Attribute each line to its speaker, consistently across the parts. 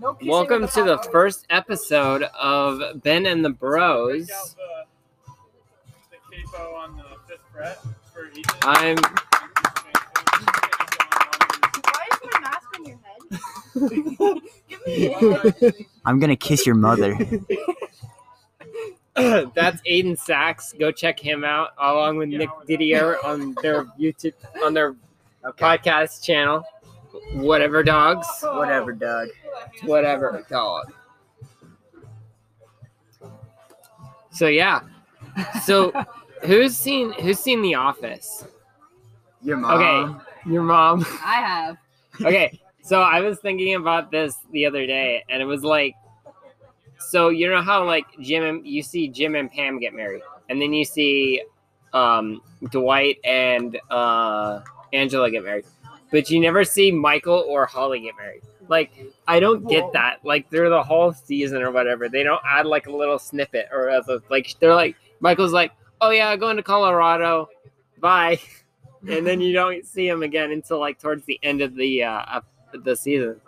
Speaker 1: No kissing
Speaker 2: Welcome
Speaker 1: in
Speaker 2: to the
Speaker 1: mouth.
Speaker 2: first episode of Ben and the Bros.
Speaker 3: Uh,
Speaker 1: Why
Speaker 2: I'm
Speaker 1: is my mask on your head? Give me a
Speaker 4: I'm gonna kiss your mother.
Speaker 2: that's Aiden Sachs. Go check him out along with Nick Didier on their YouTube on their podcast channel. Whatever dogs.
Speaker 4: Whatever, Doug.
Speaker 2: Whatever dog. So yeah. So who's seen who's seen The Office?
Speaker 4: Your
Speaker 2: Okay.
Speaker 5: Uh,
Speaker 4: mom.
Speaker 2: Your mom.
Speaker 3: I have.
Speaker 2: okay so i was thinking about this the other day and it was like so you know how like jim and you see jim and pam get married and then you see um dwight and uh angela get married but you never see michael or holly get married like i don't get that like they're the whole season or whatever they don't add like a little snippet or as a, like they're like michael's like oh yeah going to colorado bye and then you don't see him again until like towards the end of the uh up- the season.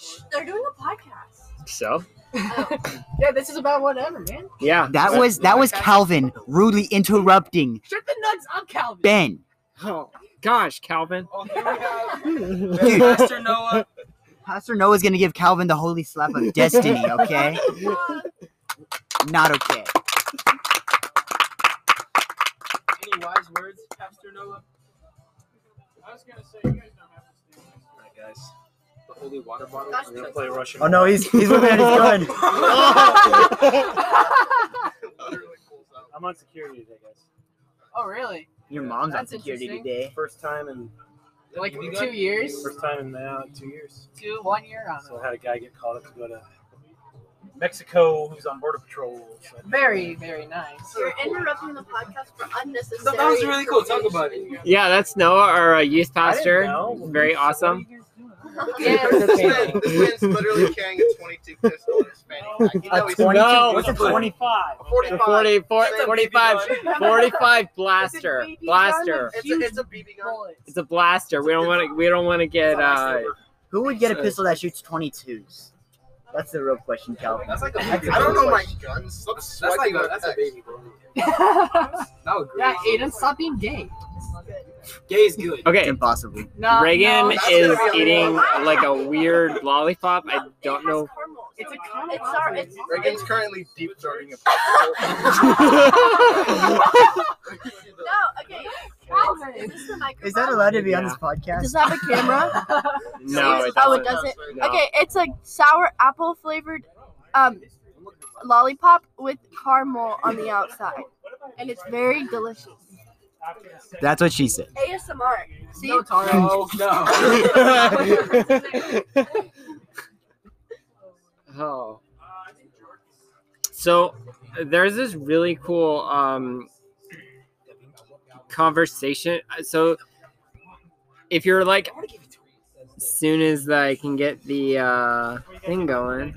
Speaker 1: Shh, They're doing a podcast.
Speaker 2: So
Speaker 1: Yeah, this is about whatever, man.
Speaker 2: yeah,
Speaker 4: That was that was Calvin rudely interrupting
Speaker 1: Shut the nuts up, Calvin.
Speaker 4: Ben.
Speaker 2: oh gosh, Calvin.
Speaker 6: Oh, here we have
Speaker 4: Dude,
Speaker 6: Pastor Noah.
Speaker 4: Pastor Noah's gonna give Calvin the holy slap of destiny. Okay, not okay.
Speaker 6: Any wise words, Pastor Noah? I was gonna say you guys don't have to stand next to Alright guys. The holy water bottle.
Speaker 1: That's
Speaker 6: We're gonna
Speaker 1: good.
Speaker 6: play Russian.
Speaker 4: Oh no, he's he's looking at his gun.
Speaker 6: I'm on security today, guys.
Speaker 1: oh, really?
Speaker 4: Your mom's
Speaker 1: That's
Speaker 4: on security
Speaker 1: interesting.
Speaker 4: today.
Speaker 6: First time in
Speaker 1: Like two years,
Speaker 6: first time in now two years.
Speaker 1: two, one year on
Speaker 6: So I had a guy get called up to go to Mexico who's on border patrol. So.
Speaker 1: it. Very, very nice.
Speaker 7: You're interrupting the podcast for unnecessary.
Speaker 6: That was really cool. Talk about it.
Speaker 2: Yeah, that's Noah, our uh, youth pastor.
Speaker 6: know.
Speaker 2: Very awesome.
Speaker 1: Yes.
Speaker 5: this, man, this man's literally carrying a 22 pistol in his fanny pack. You know he's
Speaker 2: No.
Speaker 4: What's a twenty-five?
Speaker 5: a
Speaker 2: 40,
Speaker 5: 45.
Speaker 2: 40,
Speaker 5: It's a BB
Speaker 2: 45,
Speaker 5: gun.
Speaker 2: 45 blaster,
Speaker 1: It's a BB gun.
Speaker 2: blaster.
Speaker 5: It's a, it's a BB gun.
Speaker 2: It's a blaster. We don't want to. We don't want to get. uh
Speaker 4: Who would get a pistol that shoots twenty-twos? That's the real question, Calvin.
Speaker 5: That's like a
Speaker 4: That's
Speaker 5: baby.
Speaker 4: a
Speaker 5: I don't
Speaker 4: baby
Speaker 5: know my guns. Stop
Speaker 6: That's like
Speaker 5: swiping
Speaker 6: a,
Speaker 5: my
Speaker 6: that's a
Speaker 5: text.
Speaker 6: baby, bro. That would
Speaker 1: Yeah, Aiden, stop being gay.
Speaker 6: Gay is good.
Speaker 4: It's
Speaker 2: Okay,
Speaker 4: impossible.
Speaker 1: No,
Speaker 2: Reagan
Speaker 1: no.
Speaker 5: That's
Speaker 2: is
Speaker 5: gonna be a
Speaker 2: eating
Speaker 5: lot.
Speaker 2: like a weird lollipop. I don't know.
Speaker 1: It's a
Speaker 7: It's our. It's.
Speaker 5: Reagan's currently deep throating a
Speaker 7: No. Okay.
Speaker 1: Calvin.
Speaker 7: Is this the microphone?
Speaker 4: Is that allowed to be on
Speaker 2: Yeah.
Speaker 4: this podcast?
Speaker 7: Does that have a camera?
Speaker 2: no, it
Speaker 7: Oh, it
Speaker 2: doesn't.
Speaker 7: doesn't.
Speaker 2: No.
Speaker 7: Okay, it's a sour apple flavored um lollipop with caramel on the outside, and it's very delicious.
Speaker 4: That's what she said.
Speaker 7: ASMR. See,
Speaker 1: No, Taro.
Speaker 6: No, no.
Speaker 2: Oh. So there's this really cool um conversation. So if you're like soon as I can get the uh thing going,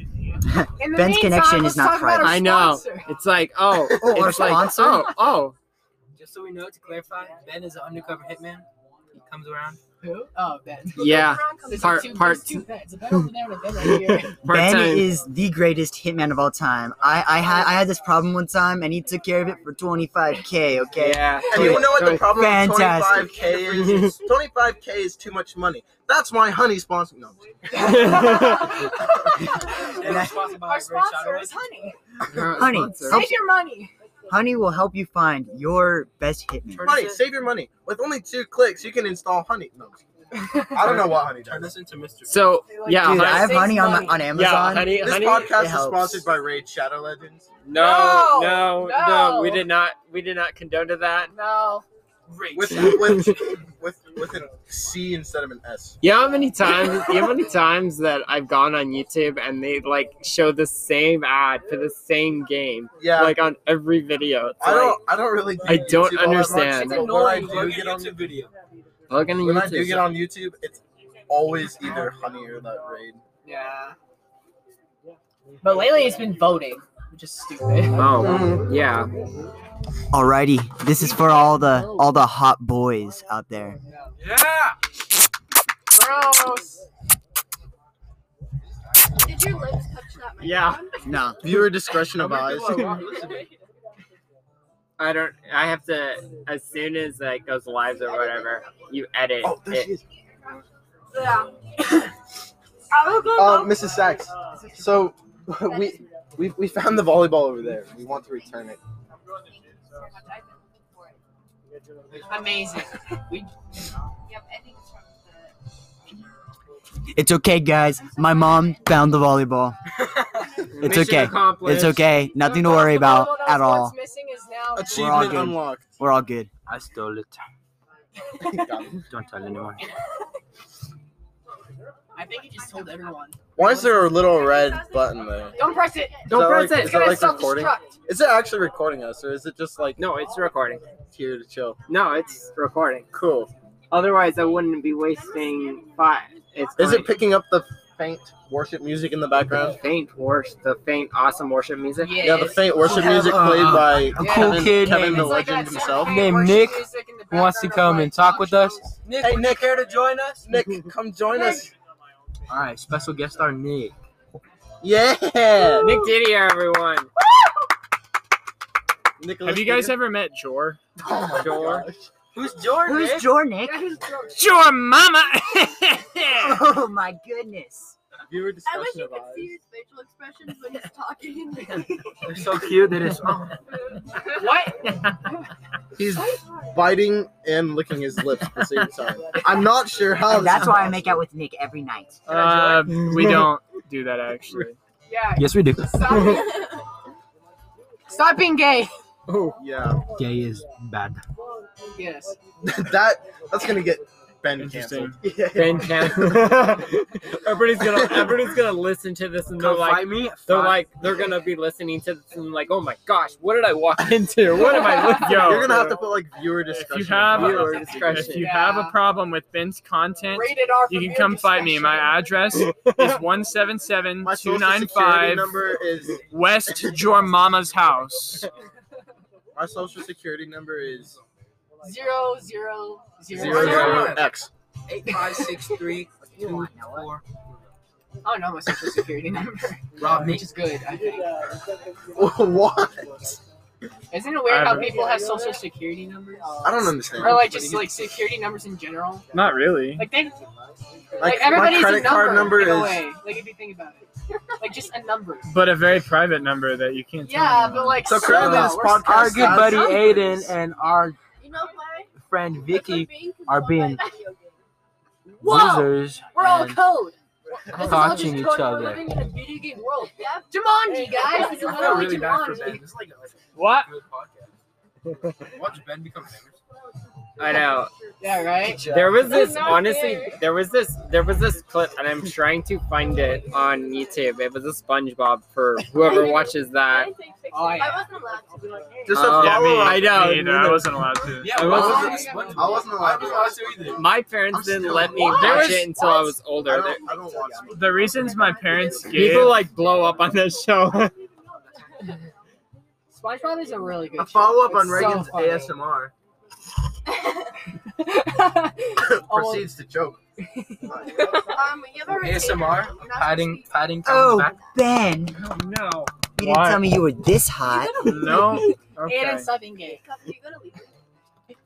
Speaker 1: In the meantime,
Speaker 4: Ben's connection
Speaker 1: let's
Speaker 4: is not
Speaker 1: talk about our
Speaker 2: I know.
Speaker 1: sponsor.
Speaker 2: It's like, oh,
Speaker 4: Oh, our
Speaker 2: it's like,
Speaker 4: sponsor?
Speaker 2: oh, oh.
Speaker 8: Just so we know, to clarify, Ben is an undercover hitman. He comes around.
Speaker 1: Who? Oh, Ben.
Speaker 2: Yeah.
Speaker 1: There's
Speaker 2: Part-
Speaker 1: two,
Speaker 2: part-
Speaker 1: there's two Bens. A Ben over there and a Ben right here.
Speaker 2: Part
Speaker 4: Ben
Speaker 2: time.
Speaker 4: is the greatest hitman of all time. I I had I had this problem one time, and he took care of it for 25k. Okay.
Speaker 2: yeah.
Speaker 5: And you know what the problem with
Speaker 4: Fantastic.
Speaker 5: 25k is? It's- 25k is too much money. That's why Honey sponsored. No,
Speaker 6: And it's sponsored by
Speaker 1: Our
Speaker 6: Rich
Speaker 1: sponsor
Speaker 6: Otto.
Speaker 1: is Honey.
Speaker 4: Honey,
Speaker 2: Sponsor.
Speaker 4: help-
Speaker 1: Save your money.
Speaker 4: Honey will help you find your best hitman.
Speaker 6: Turn
Speaker 5: honey,
Speaker 6: us
Speaker 5: save your money. With only two clicks, you can install Honey. No, I don't know what Honey
Speaker 6: in- turn
Speaker 5: does.
Speaker 6: us into Mr.
Speaker 2: So yeah,
Speaker 4: Dude,
Speaker 2: honey,
Speaker 4: I have
Speaker 1: Saves
Speaker 4: honey on my,
Speaker 1: money.
Speaker 4: on
Speaker 2: yeah,
Speaker 4: Amazon.
Speaker 2: honey,
Speaker 5: This
Speaker 2: honey.
Speaker 5: podcast
Speaker 4: It
Speaker 5: is
Speaker 4: helps.
Speaker 5: sponsored by Raid Shadow Legends.
Speaker 2: no,
Speaker 1: No,
Speaker 2: no, no,
Speaker 1: no.
Speaker 2: We did not. We did not condone to that.
Speaker 1: No.
Speaker 6: Great.
Speaker 5: With with with with an C instead of an S.
Speaker 2: You know how many times? You know how many times that I've gone on YouTube and they like show the same ad for the same game,
Speaker 5: Yeah.
Speaker 2: like on every video. It's
Speaker 5: I
Speaker 2: like,
Speaker 5: don't. I don't really. Do
Speaker 2: I don't
Speaker 5: YouTube all that much,
Speaker 2: understand.
Speaker 5: but When I
Speaker 6: Annoying.
Speaker 5: do
Speaker 6: Look at
Speaker 5: get on,
Speaker 6: YouTube video.
Speaker 2: look on
Speaker 5: when
Speaker 2: YouTube.
Speaker 5: I do get on YouTube, it's always either honey or that raid.
Speaker 1: Yeah. But lately it's been voting, which is stupid.
Speaker 5: Mm-hmm.
Speaker 2: oh, yeah.
Speaker 4: Alrighty, this is for all the all the hot boys out there.
Speaker 6: Yeah.
Speaker 1: Gross.
Speaker 7: Did your lips touch that microphone?
Speaker 2: Yeah.
Speaker 4: No.
Speaker 5: Viewer discretion advised.
Speaker 2: I don't. I have to as soon as like goes live or whatever, you edit
Speaker 5: Oh, there
Speaker 2: it.
Speaker 5: she is.
Speaker 7: Yeah. I will go.
Speaker 5: Uh, Mrs. Sachs. So we we we found the volleyball over there. We want to return it.
Speaker 1: Amazing. We
Speaker 4: It's okay, guys. My mom found the volleyball. It's
Speaker 2: Mission
Speaker 4: okay.
Speaker 2: accomplished.
Speaker 4: It's okay. Nothing to worry about at all.
Speaker 1: missing is now
Speaker 5: Achievement
Speaker 4: good.
Speaker 5: unlocked.
Speaker 4: We're all good.
Speaker 8: I stole it. Don't tell anyone.
Speaker 1: I think he just told everyone.
Speaker 5: Why is there a little red button there?
Speaker 1: Don't press it.
Speaker 5: Don't
Speaker 2: Don't
Speaker 5: that
Speaker 2: press
Speaker 5: press like- it.
Speaker 2: it.
Speaker 5: is that like recording? Is it actually recording us, or is it just like
Speaker 2: No, it's recording.
Speaker 5: here to chill?
Speaker 2: No, it's recording.
Speaker 5: Cool.
Speaker 2: Otherwise, I wouldn't be wasting five. It's
Speaker 5: Is
Speaker 2: going-
Speaker 5: it picking up the faint worship music in the background?
Speaker 2: faint worship? The faint, awesome worship music.
Speaker 1: Yes.
Speaker 5: Yeah, the faint worship
Speaker 4: have,
Speaker 5: music
Speaker 4: uh,
Speaker 5: played
Speaker 4: cool
Speaker 5: by Kevin,
Speaker 4: kid
Speaker 5: Kevin
Speaker 4: named-
Speaker 5: the
Speaker 1: It's like
Speaker 5: Legend
Speaker 1: that
Speaker 5: himself.
Speaker 1: Saturday
Speaker 8: Named
Speaker 1: worship
Speaker 8: Nick
Speaker 1: music in the
Speaker 8: wants to
Speaker 1: background
Speaker 8: come
Speaker 1: of,
Speaker 8: and
Speaker 1: like,
Speaker 8: talk with us. Nick,
Speaker 5: Hey,
Speaker 8: would
Speaker 5: Nick.
Speaker 8: you care to join us?
Speaker 5: Nick, come join us.
Speaker 8: All right, special guest star Nick.
Speaker 5: Yeah.
Speaker 2: Nick Didier, everyone.
Speaker 5: Nicholas
Speaker 3: Have you guys
Speaker 5: Cage?
Speaker 3: ever met Jor?
Speaker 5: Oh my
Speaker 2: Sure.
Speaker 5: gosh.
Speaker 8: Who's Jordan?
Speaker 4: Who's Jornick?
Speaker 1: Yeah, who's drunk?
Speaker 2: Sure, mama.
Speaker 4: Oh my goodness.
Speaker 5: Viewer
Speaker 7: I wish
Speaker 5: discussion
Speaker 7: you could see
Speaker 5: advised.
Speaker 7: his facial expressions when he's talking.
Speaker 8: They're so cute that it's. Oh,
Speaker 2: what?
Speaker 5: He's biting and licking his lips at the same time. I'm not sure how.
Speaker 4: And that's
Speaker 5: this-
Speaker 4: why I make out with Nick every night.
Speaker 3: Uh, we don't do that actually.
Speaker 1: Yeah.
Speaker 8: yes, we do.
Speaker 1: Stop, it. Stop being gay.
Speaker 5: Oh yeah,
Speaker 8: Gay is bad.
Speaker 1: Yes.
Speaker 5: that that's gonna get Ben
Speaker 3: Interesting.
Speaker 5: canceled. Yeah.
Speaker 2: Ben Chan- everybody's gonna everybody's gonna listen to this and they're
Speaker 8: Come
Speaker 2: like
Speaker 8: fight me.
Speaker 2: they're
Speaker 8: Fight-
Speaker 2: like they're gonna be listening to this and like oh my gosh what did I walk into what am I looking
Speaker 3: Yo,
Speaker 5: You're gonna have to put like viewer
Speaker 3: if
Speaker 5: discussion.
Speaker 3: you have
Speaker 2: Viewer
Speaker 3: a, if
Speaker 2: discretion.
Speaker 3: you have a problem with Ben's content,
Speaker 1: Rated R.
Speaker 3: you
Speaker 1: for
Speaker 3: can
Speaker 1: beer
Speaker 3: come fight me. My
Speaker 1: discussion.
Speaker 3: address is one seven seven
Speaker 5: My
Speaker 3: two
Speaker 5: social
Speaker 3: nine
Speaker 5: security
Speaker 3: five
Speaker 5: number is
Speaker 3: West Your Mama's House.
Speaker 5: my social security number is
Speaker 1: Zero zero zero.
Speaker 5: zero zero X.
Speaker 8: eight five six three two four.
Speaker 1: I don't know Oh, my social security number,
Speaker 8: Rob me.
Speaker 1: which is good. I think.
Speaker 5: what?
Speaker 1: Isn't it weird
Speaker 3: I
Speaker 1: how
Speaker 3: haven't-
Speaker 1: people have social security numbers?
Speaker 5: I don't understand.
Speaker 1: Or like just like security numbers in general.
Speaker 3: Not really.
Speaker 1: Like they
Speaker 5: Like,
Speaker 1: like, everybody's
Speaker 5: my credit
Speaker 1: a number,
Speaker 5: card number
Speaker 1: in a
Speaker 5: is.
Speaker 1: way. Like if you think about it, like just a number.
Speaker 3: But a very private number that you can't. tell
Speaker 1: Yeah,
Speaker 3: anyone.
Speaker 1: but like
Speaker 5: So credit
Speaker 1: though,
Speaker 5: is
Speaker 1: we're
Speaker 5: podcast
Speaker 1: still
Speaker 8: Our good buddy
Speaker 1: numbers.
Speaker 8: Aiden and our
Speaker 7: you know why?
Speaker 8: friend
Speaker 7: Because we're
Speaker 8: Vicky
Speaker 7: being
Speaker 8: are
Speaker 7: controlled by
Speaker 8: being-
Speaker 7: video games.
Speaker 1: Whoa,
Speaker 8: losers.
Speaker 1: we're all
Speaker 8: and
Speaker 1: code. This is
Speaker 2: Uh-huh.
Speaker 1: all just
Speaker 8: Watching each
Speaker 1: code.
Speaker 8: other.
Speaker 1: We're living in a video game world.
Speaker 7: Yep.
Speaker 1: Jumanji, guys. It's
Speaker 7: I
Speaker 1: literally
Speaker 3: really bad for
Speaker 1: Jumanji.
Speaker 6: It's like a
Speaker 3: what?
Speaker 6: good podcast. Watch Ben become famous.
Speaker 2: I know
Speaker 1: Yeah, right.
Speaker 2: there was this
Speaker 1: Not
Speaker 2: honestly
Speaker 1: fair.
Speaker 2: there was this there was this clip and I'm trying to find it on YouTube it was a SpongeBob for whoever watches that
Speaker 1: Oh, yeah.
Speaker 7: I wasn't allowed to.
Speaker 5: Just
Speaker 2: Um,
Speaker 5: a
Speaker 3: Oh, Yeah, me,
Speaker 5: follow up.
Speaker 2: I know.
Speaker 3: me either. I wasn't allowed to.
Speaker 8: Yeah,
Speaker 2: I
Speaker 8: well,
Speaker 2: wasn't-
Speaker 8: I was-
Speaker 6: I
Speaker 5: I wasn't allowed. to.
Speaker 6: wasn't allowed to either.
Speaker 2: my parents
Speaker 5: I'm
Speaker 2: didn't
Speaker 5: still-
Speaker 2: let me
Speaker 5: What?
Speaker 2: watch it until I was
Speaker 5: I
Speaker 2: older
Speaker 5: don't, I don't watch.
Speaker 3: The reasons my parents gave.
Speaker 2: people like blow up on this show
Speaker 1: SpongeBob is a really good.
Speaker 5: A follow up
Speaker 1: show.
Speaker 5: on
Speaker 1: It's so
Speaker 5: Reagan's
Speaker 1: funny.
Speaker 5: ASMR
Speaker 1: Oh,
Speaker 5: proceeds to joke.
Speaker 7: Um, you have a retainer.
Speaker 8: ASMR,
Speaker 7: You're not
Speaker 8: padding,
Speaker 7: supposed
Speaker 8: padding comes
Speaker 4: Oh,
Speaker 8: back.
Speaker 4: Ben.
Speaker 2: no
Speaker 4: You didn't
Speaker 3: Why?
Speaker 4: tell me you were this hot.
Speaker 3: Oh, no.
Speaker 1: Aiden
Speaker 3: Okay.
Speaker 1: subbing game.
Speaker 7: to speak up. You gotta leave it.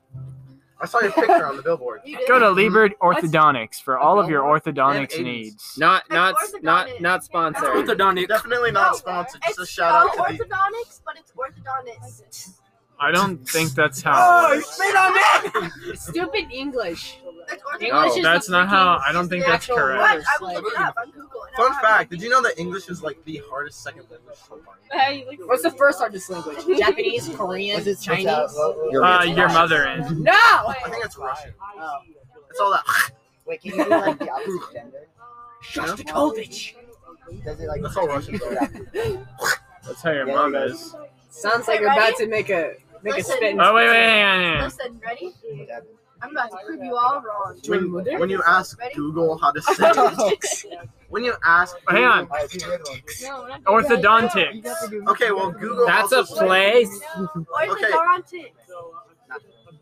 Speaker 5: I saw your picture on the billboard.
Speaker 7: You did.
Speaker 3: Go to Liebert Orthodontics for all of your orthodontics
Speaker 5: And
Speaker 3: needs.
Speaker 2: not not
Speaker 7: That's
Speaker 2: not not
Speaker 7: orthodontic. That's
Speaker 2: sponsored
Speaker 8: Orthodontic.
Speaker 5: Definitely
Speaker 7: No,
Speaker 5: not sponsored.
Speaker 7: It's
Speaker 5: Just a shout out
Speaker 7: not
Speaker 5: to the.
Speaker 7: orthodontics, but it's orthodontist.
Speaker 3: I don't think that's
Speaker 7: Oh,
Speaker 5: Oh,
Speaker 3: how.
Speaker 8: spit on that!
Speaker 1: Stupid English.
Speaker 7: It's
Speaker 2: No,
Speaker 1: English is
Speaker 3: That's
Speaker 1: the
Speaker 3: not how.
Speaker 1: freaking-
Speaker 3: I don't think
Speaker 1: the
Speaker 3: that's
Speaker 1: actual
Speaker 3: correct.
Speaker 7: What?
Speaker 1: words,
Speaker 7: I will
Speaker 1: like-
Speaker 7: look it up on Google. and I
Speaker 5: Fun
Speaker 7: don't have
Speaker 5: fact:
Speaker 7: it.
Speaker 5: Did you know that English is like the hardest second language to learn?
Speaker 1: What's the first hardest language? Japanese, Korean, Chinese.
Speaker 3: Uh, your mother in.
Speaker 1: No.
Speaker 5: I think it's Russian.
Speaker 1: Oh.
Speaker 5: It's all that.
Speaker 4: Wait, can you do like the opposite gender?
Speaker 1: Shostakovich.
Speaker 4: Does it like?
Speaker 5: That's all Russian.
Speaker 3: That's how your mom is.
Speaker 1: Sounds like you're about to make a make a
Speaker 7: Listen.
Speaker 1: spin.
Speaker 3: Oh wait, wait, hang on,
Speaker 7: Listen, ready? I'm about to prove you all wrong.
Speaker 5: When, when you ask
Speaker 7: Ready?
Speaker 5: Google how to say, when you ask,
Speaker 3: hang on. Hang
Speaker 5: Google-
Speaker 3: on. Orthodontics.
Speaker 5: Okay, well Google.
Speaker 2: that's a
Speaker 5: also says-
Speaker 2: place
Speaker 7: Orthodontics.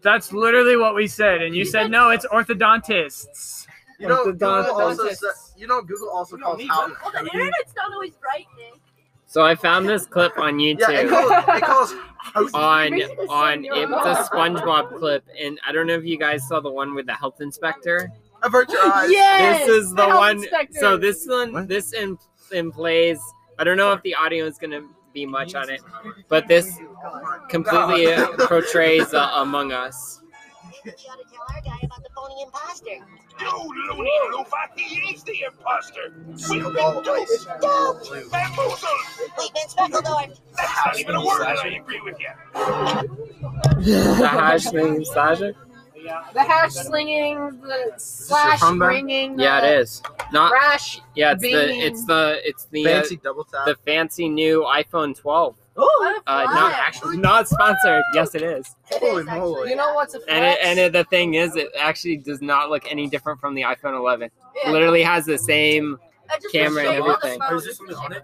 Speaker 3: That's literally what we said, and you said no. It's orthodontists.
Speaker 5: You know,
Speaker 4: the
Speaker 5: Google
Speaker 4: Don-
Speaker 5: also
Speaker 1: Dentist.
Speaker 5: says- you know, Google also
Speaker 6: We don't
Speaker 5: calls
Speaker 6: need
Speaker 5: Howden.
Speaker 6: that.
Speaker 3: Well,
Speaker 5: Howden.
Speaker 7: internet's not always right, Nick.
Speaker 2: So I found this clip on YouTube.
Speaker 5: Yeah, it calls, it calls Howden.
Speaker 2: on
Speaker 7: Basically the same
Speaker 2: on
Speaker 7: neuron.
Speaker 2: it's a SpongeBob clip, and I don't know if you guys saw the one with the health inspector.
Speaker 5: Avert your eyes.
Speaker 7: Yes,
Speaker 2: this is the
Speaker 7: health
Speaker 2: one.
Speaker 7: inspector.
Speaker 2: So this one,
Speaker 5: What?
Speaker 2: this in in plays. I don't know if the audio is gonna be much on it, but this completely
Speaker 5: God.
Speaker 2: uh, portrays uh, Among Us.
Speaker 9: You gotta tell our guy about the phony imposter.
Speaker 10: You loony loofah, he is the imposter. We've been duped,
Speaker 9: Don't!
Speaker 10: bamboozled.
Speaker 9: We've been speckled
Speaker 10: That's not even a word, and I agree with you.
Speaker 2: The hash name Sasha.
Speaker 1: The hash slinging, the slash
Speaker 5: humbug?
Speaker 1: ringing.
Speaker 2: Yeah, it is. Not
Speaker 1: Rash.
Speaker 2: yeah. It's the
Speaker 1: Bing.
Speaker 2: it's the it's the uh,
Speaker 5: Fancy double tap.
Speaker 2: the fancy new iPhone 12.
Speaker 7: What a
Speaker 2: Uh, not
Speaker 7: flag.
Speaker 2: actually not sponsored. Yes, it is.
Speaker 5: Holy
Speaker 7: It is actually-
Speaker 5: moly.
Speaker 1: You know what's a flex?
Speaker 2: And it, and it, the thing is, it actually does not look any different from the iPhone 11.
Speaker 7: Yeah.
Speaker 2: Literally has the same.
Speaker 7: I just
Speaker 2: camera
Speaker 7: wish
Speaker 2: and
Speaker 7: they were on the
Speaker 2: everything.
Speaker 7: phone.
Speaker 8: Is there something on it?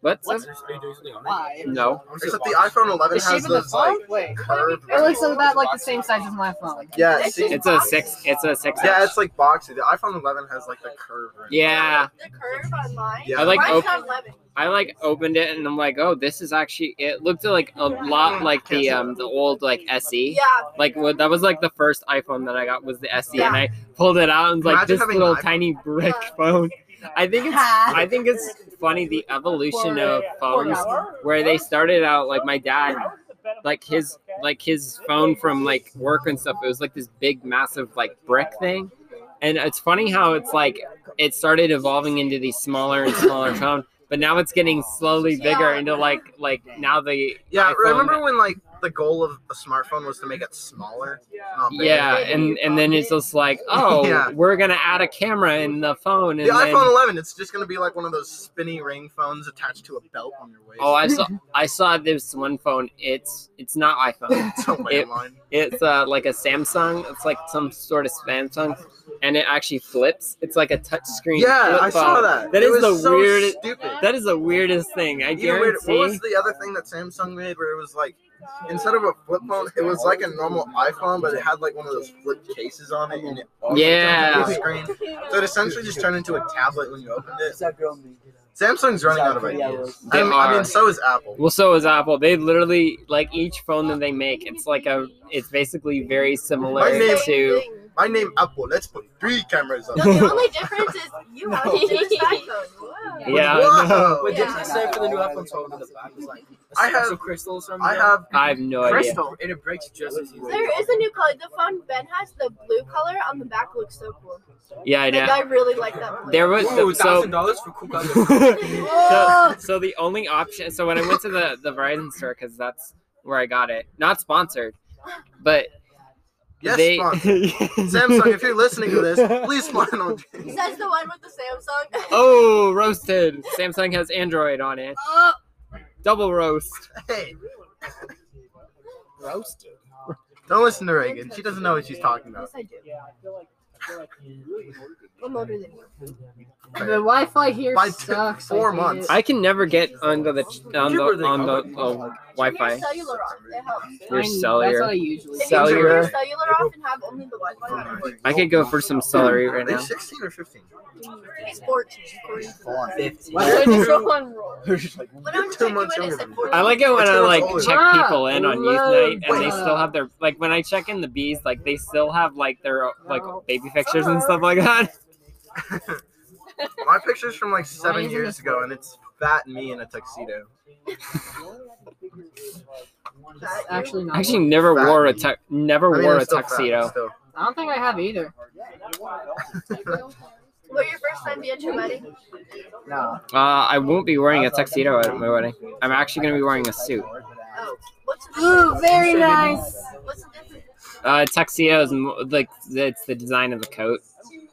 Speaker 2: What's
Speaker 8: What? Are you doing something on it?
Speaker 1: Why?
Speaker 2: no?
Speaker 5: Except the iPhone 11
Speaker 1: The shape
Speaker 5: has
Speaker 1: of the
Speaker 5: those like
Speaker 1: phone? Wait.
Speaker 5: curved.
Speaker 1: It looks about like the same size as my phone.
Speaker 5: Yeah,
Speaker 7: It's
Speaker 5: see?
Speaker 7: just
Speaker 2: It's a six. It's a six.
Speaker 5: yeah,
Speaker 2: inch.
Speaker 5: it's like boxy. The iPhone 11 has like the curve. Right
Speaker 2: yeah.
Speaker 7: The curve on mine.
Speaker 5: Yeah.
Speaker 2: I like
Speaker 7: Mine's
Speaker 2: op-
Speaker 7: not 11.
Speaker 2: I like opened it and I'm like, oh, this is actually. It looked like a lot like the um the old like SE.
Speaker 7: Yeah.
Speaker 2: Like what, that was like the first iPhone that I got was the SE, and
Speaker 7: Yeah.
Speaker 2: I pulled it out and was like
Speaker 5: Imagine
Speaker 2: this
Speaker 5: having
Speaker 2: little
Speaker 5: an iPhone.
Speaker 2: tiny brick
Speaker 7: Yeah.
Speaker 2: phone. I think it's
Speaker 1: Ha.
Speaker 2: I think it's funny the evolution of phones where they started out like my dad like his like his phone from like work and stuff it was like this big massive like brick thing and it's funny how it's like it started evolving into these smaller and smaller phone but now it's getting slowly bigger into like like now the
Speaker 5: Yeah,
Speaker 2: iPhone-
Speaker 5: remember when like the goal of a smartphone was to make it smaller? Not bigger?
Speaker 2: yeah and and then it's just like oh
Speaker 5: Yeah.
Speaker 2: we're gonna add a camera in the phone
Speaker 5: The
Speaker 2: and then
Speaker 5: iPhone 11, it's just gonna be like one of those spinny ring phones attached to a belt on your waist.
Speaker 2: oh i saw i saw this one phone it's it's not iphone
Speaker 5: it's a landline.
Speaker 2: It's uh, like a Samsung. It's like some sort of Samsung, and it actually flips. It's like a touchscreen.
Speaker 5: Yeah,
Speaker 2: flip
Speaker 5: I saw
Speaker 2: phone.
Speaker 5: that.
Speaker 2: That
Speaker 5: It
Speaker 2: is
Speaker 5: was
Speaker 2: the
Speaker 5: so
Speaker 2: weirdest-
Speaker 5: Stupid.
Speaker 2: That is the weirdest thing. I
Speaker 5: You know, wait,
Speaker 2: guarantee.
Speaker 5: what was the other thing that Samsung made where it was like instead of a flip phone, it was like a normal iPhone, but it had like one of those flip cases on it, and it also
Speaker 2: Yeah.
Speaker 5: jumped on the screen. So it essentially just turned into a tablet when you opened it. Samsung's running out of ideas.
Speaker 2: They
Speaker 5: I mean, I
Speaker 2: are.
Speaker 5: mean, so is Apple.
Speaker 2: well, so is Apple. They literally like each phone that they make. It's like a. It's basically very similar
Speaker 5: My name-
Speaker 2: to.
Speaker 7: Thing.
Speaker 5: My name Apple. Let's put three cameras
Speaker 7: No,
Speaker 5: up.
Speaker 7: the only difference is you have to use this iPhone. Whoa.
Speaker 2: Yeah, I know.
Speaker 5: Whoa!
Speaker 8: Wait, didn't
Speaker 7: Yeah.
Speaker 8: they say for the new iPhone 12 in the back was like a
Speaker 5: I have-
Speaker 8: special crystal or something?
Speaker 5: I have.
Speaker 2: I have no idea.
Speaker 5: Crystal.
Speaker 8: And it breaks just as easily.
Speaker 7: There is a new color. The phone Ben has the blue color on the back looks so cool.
Speaker 2: Yeah, I
Speaker 7: Like,
Speaker 2: know.
Speaker 7: I really like that one.
Speaker 2: There was
Speaker 8: Ooh,
Speaker 2: so.
Speaker 8: thousand dollars for cool colors.
Speaker 2: so, so the only option so when i went to the, the verizon store because that's where i got it not sponsored but
Speaker 5: Yes,
Speaker 2: they
Speaker 5: sponsor. Samsung, if you're listening to this, please sponsor on.
Speaker 7: That's the one with the Samsung.
Speaker 2: oh roasted samsung has android on it double roast
Speaker 5: Hey,
Speaker 6: Roasted.
Speaker 5: don't listen to Reagan. She doesn't know what she's talking about.
Speaker 7: Yes, I do. I'm older than you.
Speaker 1: The Wi-Fi here
Speaker 5: By t-
Speaker 1: sucks.
Speaker 5: four
Speaker 1: I hate
Speaker 5: months.
Speaker 1: it.
Speaker 2: i can never get onto the on the on the oh,
Speaker 7: Turn
Speaker 2: wi-fi
Speaker 7: your cellular off. It helps.
Speaker 2: your
Speaker 1: Mine-
Speaker 2: cellular.
Speaker 1: That's what I usually.
Speaker 7: If
Speaker 2: Cell-
Speaker 7: you turn
Speaker 2: Cellular.
Speaker 7: your cellular off and have only the Wi-Fi on,
Speaker 2: i could go for some celery
Speaker 5: Are
Speaker 2: right
Speaker 5: they
Speaker 2: now
Speaker 5: 16 or 15?
Speaker 7: it's 14. 14.
Speaker 1: Why should I just go on roll?
Speaker 7: When I was
Speaker 5: Two
Speaker 7: checking
Speaker 5: months
Speaker 7: it, it
Speaker 5: younger
Speaker 7: said
Speaker 5: than me.
Speaker 7: 14.
Speaker 2: I like it when
Speaker 5: It's
Speaker 2: I
Speaker 5: too much
Speaker 2: like
Speaker 5: older.
Speaker 2: check
Speaker 1: Ah,
Speaker 2: people in on youth
Speaker 1: love
Speaker 2: night and they
Speaker 5: that.
Speaker 2: still have their like when I check in the bees like they still have like their like baby pictures and stuff like that.
Speaker 5: My picture's from like seven
Speaker 1: isn't
Speaker 5: years
Speaker 1: it-
Speaker 5: ago, and it's fat me in a tuxedo.
Speaker 1: It's Actually, not.
Speaker 2: I actually never
Speaker 5: Fat.
Speaker 2: wore a tu- never
Speaker 5: I mean,
Speaker 2: wore
Speaker 5: I'm
Speaker 2: a
Speaker 5: still fat,
Speaker 2: tuxedo.
Speaker 5: still.
Speaker 1: I don't think I have either.
Speaker 7: What your first time being traumatic?
Speaker 4: No.
Speaker 2: Uh, I won't be wearing a tuxedo at my wedding. I'm actually gonna be wearing a suit.
Speaker 7: Oh, what's the
Speaker 1: Ooh, very nice.
Speaker 7: What's the difference?
Speaker 2: Uh, tuxedo is mo- like it's the design of the coat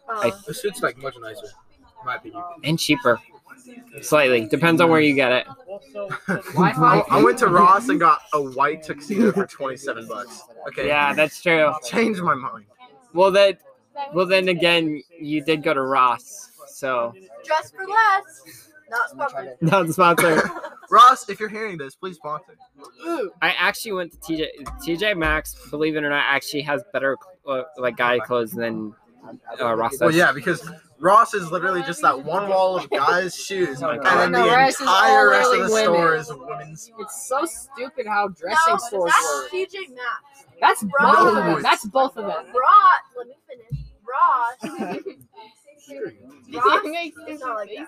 Speaker 7: Oh,
Speaker 8: The suit's like much nicer, in my opinion.
Speaker 2: and cheaper, slightly depends on where you get it.
Speaker 5: I,
Speaker 1: Wi-Fi.
Speaker 5: I went to Ross and got a white tuxedo for 27 bucks. Okay.
Speaker 2: Yeah, that's true.
Speaker 5: Changed my mind.
Speaker 2: Well, that well then again, you did go to Ross, so
Speaker 7: dress for less, not sponsored.
Speaker 2: not sponsored.
Speaker 5: Ross, if you're hearing this, please sponsor.
Speaker 1: Ooh,
Speaker 2: I actually went to TJ TJ Maxx. Believe it or not, actually has better uh, like guy clothes than uh, Ross.
Speaker 5: Well, yeah, because Ross is literally just that one wall of guys' shoes,
Speaker 2: Oh my
Speaker 5: and
Speaker 2: God.
Speaker 5: then
Speaker 1: No,
Speaker 5: the
Speaker 1: rest is all
Speaker 5: entire rest of
Speaker 1: really
Speaker 5: the store
Speaker 1: women.
Speaker 5: is women's.
Speaker 1: It's so stupid how dressing
Speaker 7: no,
Speaker 1: stores work.
Speaker 7: that's TJ Maxx.
Speaker 1: That's
Speaker 7: Ross.
Speaker 1: both of
Speaker 5: No.
Speaker 1: them. That's both of them.
Speaker 7: Ross, let me finish. Ross, Ross is not like that.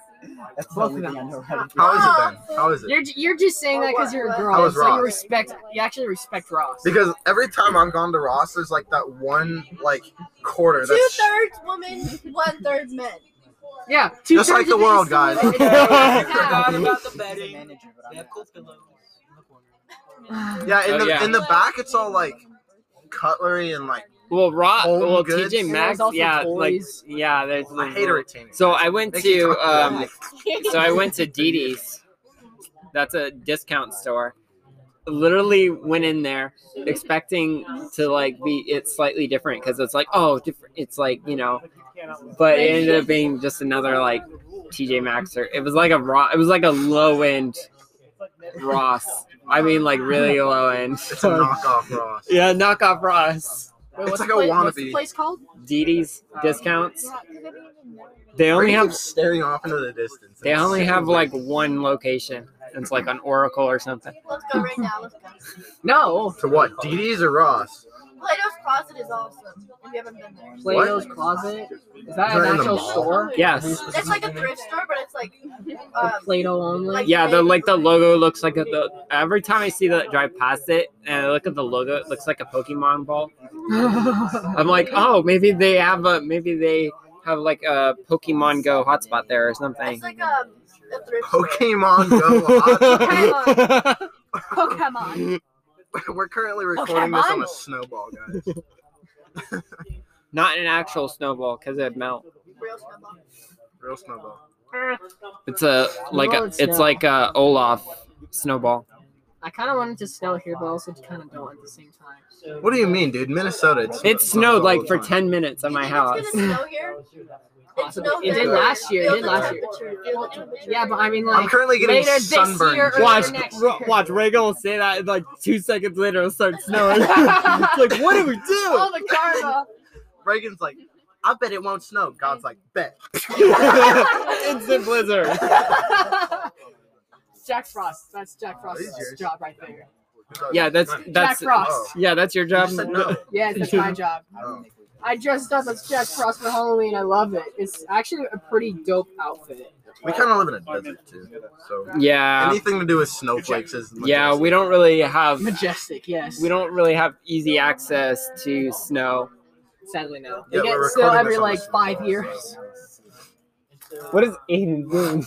Speaker 4: That's the only thing I know how to do.
Speaker 5: How is it then? How is it?
Speaker 1: You're j- you're just saying that because you're a
Speaker 5: I
Speaker 1: girl,
Speaker 5: was
Speaker 1: so
Speaker 5: Ross.
Speaker 1: you respect you actually respect Ross.
Speaker 5: Because every time I've gone to Ross, there's like that one like quarter
Speaker 7: Two
Speaker 5: that's sh-
Speaker 7: thirds women, one third men.
Speaker 1: Yeah,
Speaker 5: just
Speaker 1: two-thirds
Speaker 5: like the
Speaker 1: of it
Speaker 5: world,
Speaker 1: is-
Speaker 5: guys.
Speaker 8: forgot about the
Speaker 6: He's
Speaker 8: bedding.
Speaker 6: a manager,
Speaker 8: They have cool pillows in the corner.
Speaker 5: Yeah, in
Speaker 2: Oh,
Speaker 5: the
Speaker 2: yeah.
Speaker 5: in the back, it's all like cutlery and like
Speaker 2: Well, Ross.
Speaker 5: Home
Speaker 2: Well,
Speaker 5: goods.
Speaker 2: TJ
Speaker 1: There's
Speaker 2: Maxx.
Speaker 1: also
Speaker 2: Yeah, like
Speaker 1: toys.
Speaker 2: yeah. There's.
Speaker 5: I hate a retainer.
Speaker 2: So I went
Speaker 5: They keep
Speaker 2: to
Speaker 5: talking about
Speaker 2: um,
Speaker 5: it.
Speaker 2: so I went to Dee Dee's. That's a discount store. Literally went in there expecting to like be it's slightly different because it's like oh different it's like you know, but it ended up being just another like TJ Maxx or it was like a raw it was like a low end Ross. I mean like really low end.
Speaker 5: it's a knockoff Ross.
Speaker 2: yeah, knockoff Ross.
Speaker 1: Wait,
Speaker 5: It's
Speaker 1: what's
Speaker 5: like
Speaker 1: the
Speaker 5: a
Speaker 1: pla- What's
Speaker 5: wannabe.
Speaker 1: the place called?
Speaker 2: Dee Dee's discounts. They
Speaker 5: They
Speaker 2: only have
Speaker 5: keep staring off into the distance.
Speaker 2: They
Speaker 5: It's
Speaker 2: only
Speaker 5: super
Speaker 2: have like
Speaker 5: weird.
Speaker 2: one location. It's like an Oracle or something.
Speaker 7: Let's go right now. Let's go.
Speaker 1: No,
Speaker 5: So what? Dee Dee's or Ross?
Speaker 7: Plato's Closet is awesome. If you haven't been there,
Speaker 1: Plato's Closet. Is that
Speaker 5: Is that in
Speaker 1: an
Speaker 5: the
Speaker 1: actual
Speaker 5: mall?
Speaker 1: store?
Speaker 2: Yes.
Speaker 7: it's like a thrift store, but it's like um,
Speaker 1: For Play-Doh only.
Speaker 2: Yeah, the like the logo looks like a, the every time I see that drive past it and I look at the logo, it looks like a Pokemon ball. I'm like, oh, maybe they have a maybe they have like a Pokemon Go hotspot there or something.
Speaker 7: it's like um, a thrift store.
Speaker 5: Pokemon Go. hot-
Speaker 7: Pokemon.
Speaker 5: We're currently recording this on a snowball, guys.
Speaker 2: Not an actual snowball because it'd melt.
Speaker 7: Real snowball.
Speaker 5: Real snowball.
Speaker 2: It's a like a, it's like a Olaf snowball.
Speaker 1: I kind of wanted to snow here, but also kind of don't at the same time.
Speaker 5: What do you mean, dude? Minnesota. It's
Speaker 2: It snowed like for ten minutes at
Speaker 7: You
Speaker 2: my
Speaker 7: think
Speaker 2: house.
Speaker 7: It's gonna snow here. It
Speaker 1: Possibly.
Speaker 7: snowed
Speaker 1: It did
Speaker 7: there.
Speaker 1: last year, it
Speaker 7: Feel
Speaker 1: did
Speaker 7: the
Speaker 1: last year.
Speaker 7: temperature, feel the temperature.
Speaker 1: Yeah, but I mean,
Speaker 5: I'm
Speaker 1: like
Speaker 5: currently getting
Speaker 1: later this
Speaker 5: sunburned.
Speaker 1: year or
Speaker 2: Watch,
Speaker 1: later next
Speaker 2: Ro-
Speaker 1: year.
Speaker 2: watch, Ray gonna say that, and like two seconds later, it'll start snowing. it's like, what do we
Speaker 1: all
Speaker 2: do?
Speaker 1: the karma.
Speaker 5: Reagan's like, I bet it won't snow. God's like, bet.
Speaker 2: Instant blizzard.
Speaker 1: Jack Frost. That's
Speaker 5: Oh,
Speaker 1: Jack Frost's
Speaker 5: These years.
Speaker 1: job right there.
Speaker 2: Yeah, that's
Speaker 1: Jack
Speaker 2: that's
Speaker 1: Frost.
Speaker 5: Oh.
Speaker 2: yeah, that's your
Speaker 5: You
Speaker 2: job.
Speaker 5: just said no.
Speaker 1: Yeah, that's my job.
Speaker 5: Oh.
Speaker 1: I dressed up as Jack Frost for Halloween. I love it. It's actually a pretty dope outfit.
Speaker 5: We kind of live in a desert too, so
Speaker 2: Yeah,
Speaker 5: anything to do with snowflakes is
Speaker 2: yeah, we don't really have
Speaker 1: Majestic, yes.
Speaker 2: we don't really have easy access to snow.
Speaker 1: sadly no.
Speaker 5: Yeah,
Speaker 1: They get
Speaker 5: we're
Speaker 1: snow
Speaker 5: recording
Speaker 1: every
Speaker 5: this on
Speaker 1: like
Speaker 5: the-
Speaker 1: five years.
Speaker 2: What is Aiden doing?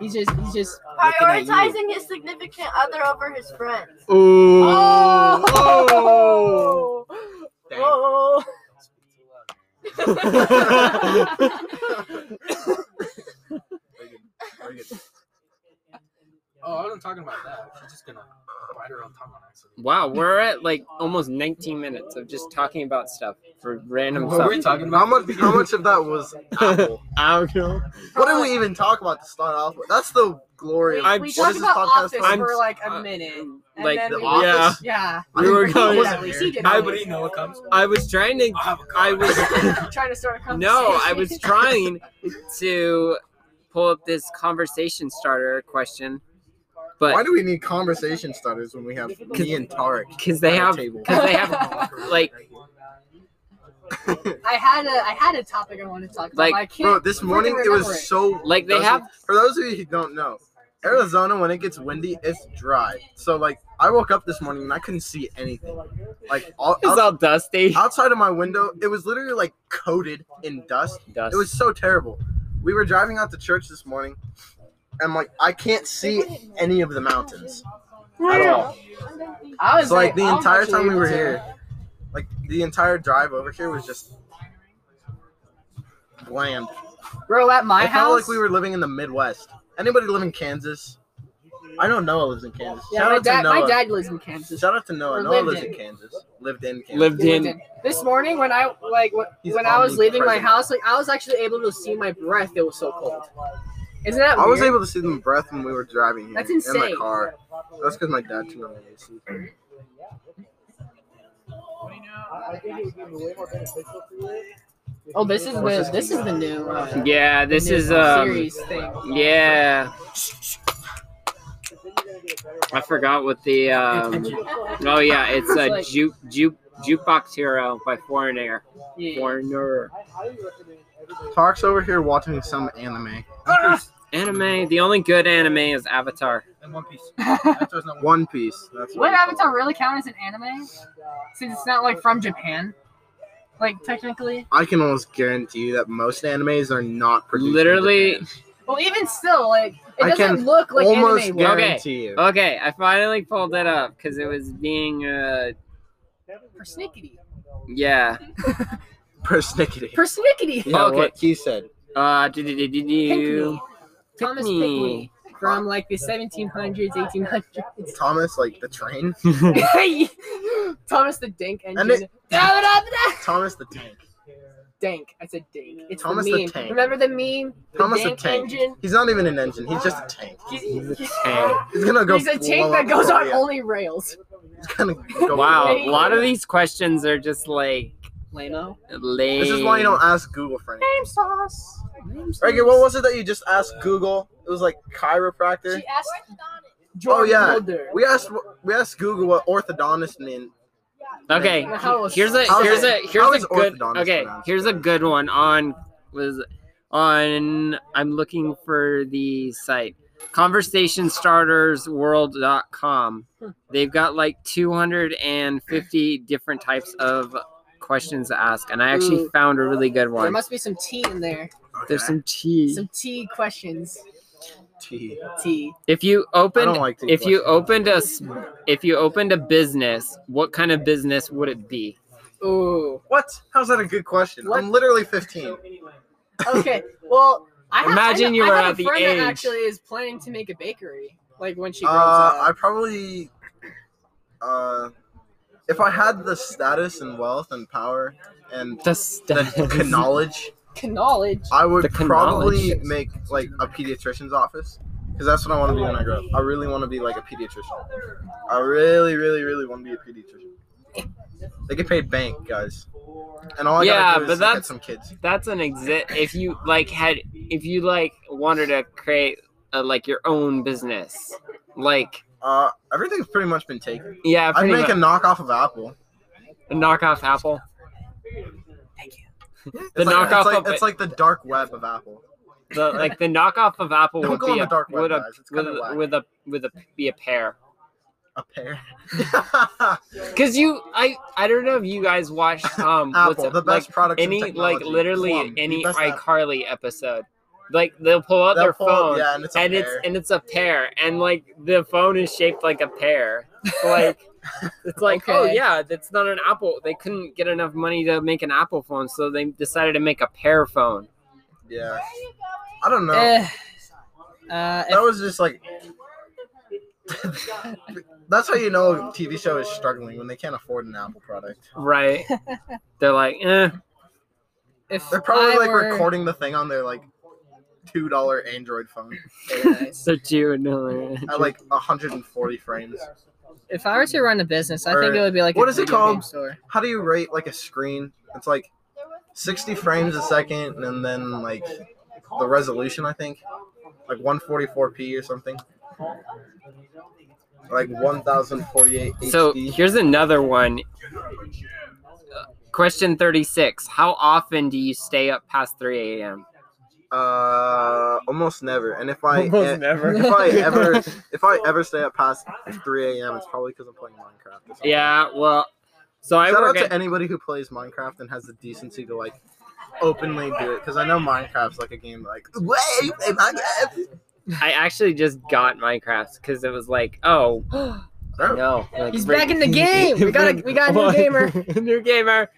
Speaker 1: He's just he's just looking at you.
Speaker 7: Prioritizing his significant other over his friends.
Speaker 2: Ooh.
Speaker 1: Oh.
Speaker 5: Dang.
Speaker 1: Oh.
Speaker 6: Oh, I wasn't talking about that. I'm just gonna bite her own tongue on accident.
Speaker 2: Wow, we're at like almost 19 minutes of just talking about stuff for random
Speaker 6: What were we
Speaker 2: stuff.
Speaker 6: talking
Speaker 5: How
Speaker 6: about?
Speaker 5: much? How much of that was Apple?
Speaker 2: I don't know.
Speaker 5: what did we even talk about to start off with? That's the glory. Of,
Speaker 2: I'm-
Speaker 1: we
Speaker 5: what
Speaker 1: talked
Speaker 5: is
Speaker 1: about office
Speaker 5: this podcast?
Speaker 2: I'm-
Speaker 1: for like a
Speaker 5: uh,
Speaker 1: minute. And
Speaker 2: like
Speaker 1: then
Speaker 5: the
Speaker 1: we,
Speaker 5: office?
Speaker 1: Yeah.
Speaker 2: We were
Speaker 1: He
Speaker 2: going-
Speaker 1: did
Speaker 5: wasn't
Speaker 1: at least. He did
Speaker 2: I
Speaker 1: at
Speaker 6: What do you
Speaker 1: least.
Speaker 6: know? It comes.
Speaker 2: I was trying to.
Speaker 6: I have a car.
Speaker 2: I was.
Speaker 1: Trying to start a conversation.
Speaker 2: No, I was trying to pull up this conversation starter question,
Speaker 5: Why
Speaker 2: but
Speaker 5: do we need conversation starters when we have me and Tarek?
Speaker 2: because they
Speaker 5: at a
Speaker 2: have
Speaker 5: table?
Speaker 2: because they have like
Speaker 1: I had a I had a topic I wanted to talk about.
Speaker 2: Like,
Speaker 1: I can't
Speaker 5: Bro, this
Speaker 1: freaking
Speaker 5: morning it
Speaker 1: remember
Speaker 5: was so
Speaker 2: like they
Speaker 5: doesn't-
Speaker 2: have
Speaker 5: For those of you who don't know, Arizona when it gets windy, it's dry. So like I woke up this morning and I couldn't see anything. Like all,
Speaker 2: it's all dusty.
Speaker 5: outside of my window, it was literally like coated in dust.
Speaker 2: Dust.
Speaker 5: It was so terrible. We were driving out to church this morning, and like I can't see any of the mountains at all.
Speaker 1: I was
Speaker 5: So like the
Speaker 1: I was
Speaker 5: entire
Speaker 1: actually
Speaker 5: time we
Speaker 1: able
Speaker 5: were
Speaker 1: to-
Speaker 5: here, like the entire drive over here was just bland.
Speaker 1: Bro, at my
Speaker 5: I
Speaker 1: house.
Speaker 5: felt like we were living in the Midwest. Anybody live in Kansas? I know Noah lives in Kansas.
Speaker 1: Yeah,
Speaker 5: Shout
Speaker 1: my
Speaker 5: out to
Speaker 1: dad.
Speaker 5: Noah.
Speaker 1: My dad lives in Kansas.
Speaker 5: Shout out to Noah.
Speaker 1: or
Speaker 5: Noah
Speaker 1: lived
Speaker 5: lives
Speaker 1: in.
Speaker 5: in Kansas. Lived in Kansas.
Speaker 2: Lived
Speaker 1: He lived
Speaker 2: in.
Speaker 1: in- This morning, when I like wh-
Speaker 5: He's
Speaker 1: when I was leaving my
Speaker 5: omnipresent.
Speaker 1: house, like I was actually able to see my breath. It was so cold. Isn't that?
Speaker 5: I was
Speaker 1: weird?
Speaker 5: able to see them breath when we were driving here
Speaker 1: That's
Speaker 5: in my
Speaker 1: insane.
Speaker 5: car. That's because my dad turned on the AC.
Speaker 1: Oh, this is the this is the new. Uh,
Speaker 2: Yeah, this
Speaker 1: new
Speaker 2: is um.
Speaker 1: series thing.
Speaker 2: Yeah. I forgot what the um. Oh yeah, it's
Speaker 1: It's
Speaker 2: a
Speaker 1: like-
Speaker 2: juke juke jukebox hero by Foreigner.
Speaker 1: Yeah.
Speaker 2: Foreigner.
Speaker 5: Tark's over here watching some anime.
Speaker 2: Anime. The only good anime is Avatar.
Speaker 8: And One Piece.
Speaker 5: Avatar's not One Piece. That's
Speaker 1: Would
Speaker 5: what it's
Speaker 1: Avatar really count as an anime? Since it's not like from Japan, like technically.
Speaker 5: called. I can almost guarantee you that most animes are not produced. in
Speaker 2: Literally-
Speaker 5: Japan.
Speaker 1: Well, even still, like it
Speaker 5: I
Speaker 1: doesn't
Speaker 5: can
Speaker 1: look like
Speaker 5: almost
Speaker 1: anime. Uh, would.
Speaker 5: guarantee you.
Speaker 2: Okay, I finally pulled it up because it was being uh
Speaker 1: Persnickety.
Speaker 2: yeah.
Speaker 5: Persnickety.
Speaker 1: Persnickety.
Speaker 5: Yeah,
Speaker 2: Okay.
Speaker 5: what he said.
Speaker 2: Uh do do do do do.
Speaker 1: Pinkney. Thomas
Speaker 2: Pinkney.
Speaker 1: Pinkney from like the 1700s, 1800s.
Speaker 5: Thomas, like the train.
Speaker 1: Thomas the Dank engine.
Speaker 5: And it-
Speaker 1: Da, da, da, da.
Speaker 5: Thomas the tank.
Speaker 1: Dank. I said Dank. It's
Speaker 5: Thomas
Speaker 1: the
Speaker 5: the
Speaker 1: meme.
Speaker 5: Tank.
Speaker 1: Remember the meme? The
Speaker 5: Thomas the
Speaker 1: Dank
Speaker 5: tank.
Speaker 1: engine.
Speaker 5: He's not even an engine. He's just a tank.
Speaker 1: He's,
Speaker 5: He's gonna go.
Speaker 1: he's a
Speaker 5: blow
Speaker 1: tank that
Speaker 5: up
Speaker 1: goes on
Speaker 5: Korea.
Speaker 1: only rails.
Speaker 5: He's gonna go
Speaker 2: Wow,
Speaker 5: blow
Speaker 2: a lot of these questions are just like
Speaker 1: Lano.
Speaker 5: Oh,
Speaker 2: lame.
Speaker 5: This is why you don't ask Google for anything.
Speaker 1: sauce.
Speaker 5: Reggie, what was it that you just asked Google? It was like chiropractor.
Speaker 1: She asked
Speaker 5: Oh,
Speaker 1: Jordan
Speaker 5: yeah.
Speaker 1: Mulder.
Speaker 5: We asked we asked Google what orthodontist mean.
Speaker 2: Okay,
Speaker 1: How is-
Speaker 2: here's a
Speaker 5: how
Speaker 2: here's
Speaker 5: is-
Speaker 2: a
Speaker 5: how
Speaker 2: here's
Speaker 5: is
Speaker 2: a good
Speaker 5: orthodontist
Speaker 2: okay
Speaker 5: pronounced?
Speaker 2: here's a good one on was on I'm looking for the site conversationstartersworld.com. They've got like 250 different types of questions to ask, and I actually
Speaker 1: Ooh.
Speaker 2: found a really good
Speaker 1: There
Speaker 2: one.
Speaker 1: must be some tea in there.
Speaker 2: There's some tea.
Speaker 1: Some tea questions.
Speaker 5: Tea.
Speaker 1: Tea.
Speaker 2: If you
Speaker 5: I
Speaker 2: opened
Speaker 5: don't like tea
Speaker 2: if you
Speaker 5: questions.
Speaker 2: opened a s- if you opened a business, what kind of business would it be?
Speaker 1: Ooh.
Speaker 5: What? How's that a good question?
Speaker 1: What?
Speaker 5: I'm literally 15.
Speaker 1: Okay. Well, I have,
Speaker 2: Imagine
Speaker 1: I,
Speaker 2: you
Speaker 1: I
Speaker 2: were
Speaker 1: have
Speaker 2: at
Speaker 1: a
Speaker 2: the
Speaker 1: friend
Speaker 2: age.
Speaker 1: That actually, is planning to make a bakery. Like when she
Speaker 5: Uh,
Speaker 1: grows
Speaker 5: I
Speaker 1: up.
Speaker 5: probably. Uh, if I had the status and wealth and power and
Speaker 2: The
Speaker 5: the
Speaker 2: status.
Speaker 5: knowledge,
Speaker 1: Knowledge.
Speaker 5: I would
Speaker 2: The con-
Speaker 5: probably
Speaker 2: knowledge.
Speaker 5: make like a pediatrician's office because that's what I want to be when I grow up. I really want to be like a pediatrician. I really, really, really want to be a pediatrician. They get paid bank, guys, and all I
Speaker 2: Yeah,
Speaker 5: gotta do
Speaker 2: but
Speaker 5: is
Speaker 2: that's-
Speaker 5: get some kids.
Speaker 2: That's an exit. If you like had, if you like wanted to create a, like your own business, like
Speaker 5: Uh, everything's pretty much been taken.
Speaker 2: yeah,
Speaker 5: I'd
Speaker 2: pretty
Speaker 5: make
Speaker 2: much,
Speaker 5: a knockoff of Apple.
Speaker 2: a knockoff Apple.
Speaker 5: It's like,
Speaker 2: knockoff
Speaker 5: It's like,
Speaker 2: of-
Speaker 5: it's like the dark web of Apple.
Speaker 2: The like the knockoff of Apple
Speaker 5: Don't
Speaker 2: would
Speaker 5: go
Speaker 2: be
Speaker 5: on
Speaker 2: a,
Speaker 5: the dark web,
Speaker 2: would a,
Speaker 5: guys. It's
Speaker 2: with,
Speaker 5: kinda
Speaker 2: a,
Speaker 5: whack.
Speaker 2: with a with a be a pair.
Speaker 5: A pair.
Speaker 2: Cause you, I I don't know if you guys watched um what's
Speaker 5: Apple,
Speaker 2: it-
Speaker 5: the best
Speaker 2: like,
Speaker 5: product.
Speaker 2: any like literally any iCarly episode. Like they'll pull out
Speaker 5: They'll
Speaker 2: their
Speaker 5: pull-
Speaker 2: phone
Speaker 5: yeah, and it's a
Speaker 2: and it's
Speaker 5: pair.
Speaker 2: and it's a pair and like the phone is shaped like a pear. Like it's like oh
Speaker 1: Okay.
Speaker 2: yeah, that's not an Apple. They couldn't get enough money to make an Apple phone, so they decided to make a pear phone.
Speaker 5: Yeah. I don't know.
Speaker 1: Eh. Uh,
Speaker 5: that was just like. That's how you know a TV show is struggling when they can't afford an Apple product.
Speaker 2: Right? They're like, eh.
Speaker 1: if, if
Speaker 5: They're probably
Speaker 1: I
Speaker 5: like
Speaker 1: were-
Speaker 5: recording the thing on their like two dollar Android phone
Speaker 2: So you know.
Speaker 5: at like 140 frames.
Speaker 1: If I were to run a business, I think
Speaker 5: Or-
Speaker 1: it would be like
Speaker 5: what
Speaker 1: a
Speaker 5: is it
Speaker 1: video game
Speaker 5: called?
Speaker 1: Store.
Speaker 5: How do you rate like a screen? It's like 60 frames a second, and then like the resolution I think, like 144p or something, like 1048 HD.
Speaker 2: So here's another one. Uh, Question 36. How often do you stay up past 3 a.m.?
Speaker 5: Uh, almost never. And if I
Speaker 2: Almost
Speaker 5: eh,
Speaker 2: never.
Speaker 5: if I ever if I ever stay up past 3 a.m., it's probably because I'm playing Minecraft. Or something.
Speaker 2: Yeah, well, so I
Speaker 5: Shout out
Speaker 2: work
Speaker 5: to
Speaker 2: at,
Speaker 5: anybody who plays Minecraft and has the decency to like openly do it because I know Minecraft's like a game like what you play Minecraft?
Speaker 2: I actually just got Minecraft because it was like, oh, no. Like,
Speaker 1: He's back in the game. We got a we got a new gamer.
Speaker 2: new gamer.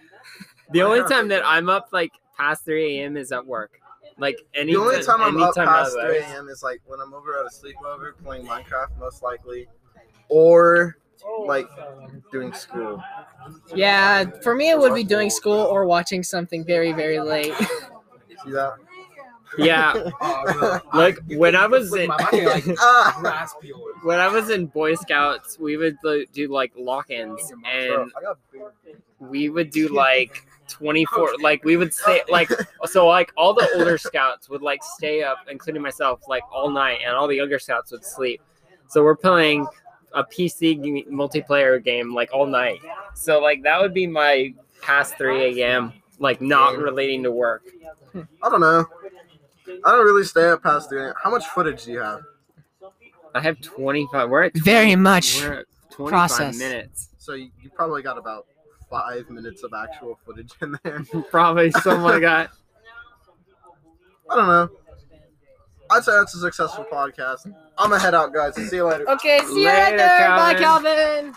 Speaker 2: The only time that I'm up like past 3 a.m. is at work. Like any
Speaker 5: The only time I'm up
Speaker 2: anytime
Speaker 5: past
Speaker 2: otherwise.
Speaker 5: 3 a.m. is like when I'm over at a sleepover playing Minecraft, most likely, or like doing school.
Speaker 1: Yeah, for me it would be doing school or watching something very very late.
Speaker 5: See that?
Speaker 2: Yeah,
Speaker 8: Oh,
Speaker 2: like when I was in
Speaker 5: Ah.
Speaker 8: Grasp yours.
Speaker 2: when I was in Boy Scouts, we would like, do like lock-ins and
Speaker 5: Bro, I got big
Speaker 2: we would do like 24 like we would stay like so like all the older scouts would like stay up including myself like all night and all the younger scouts would sleep so we're playing a pc g- multiplayer game like all night so like that would be my past 3 a.m like not relating to work
Speaker 5: I don't know. I don't really stay up past the. How much footage do you have?
Speaker 2: i have 25 we're at
Speaker 11: Very much
Speaker 2: we're at 25
Speaker 11: process.
Speaker 2: minutes
Speaker 5: So you, you probably got about five minutes of actual footage in there.
Speaker 2: probably someone got
Speaker 5: I don't know. I'd say that's a successful podcast. I'm gonna head out, guys. See you later.
Speaker 1: Okay, see you later. Bye, Calvin.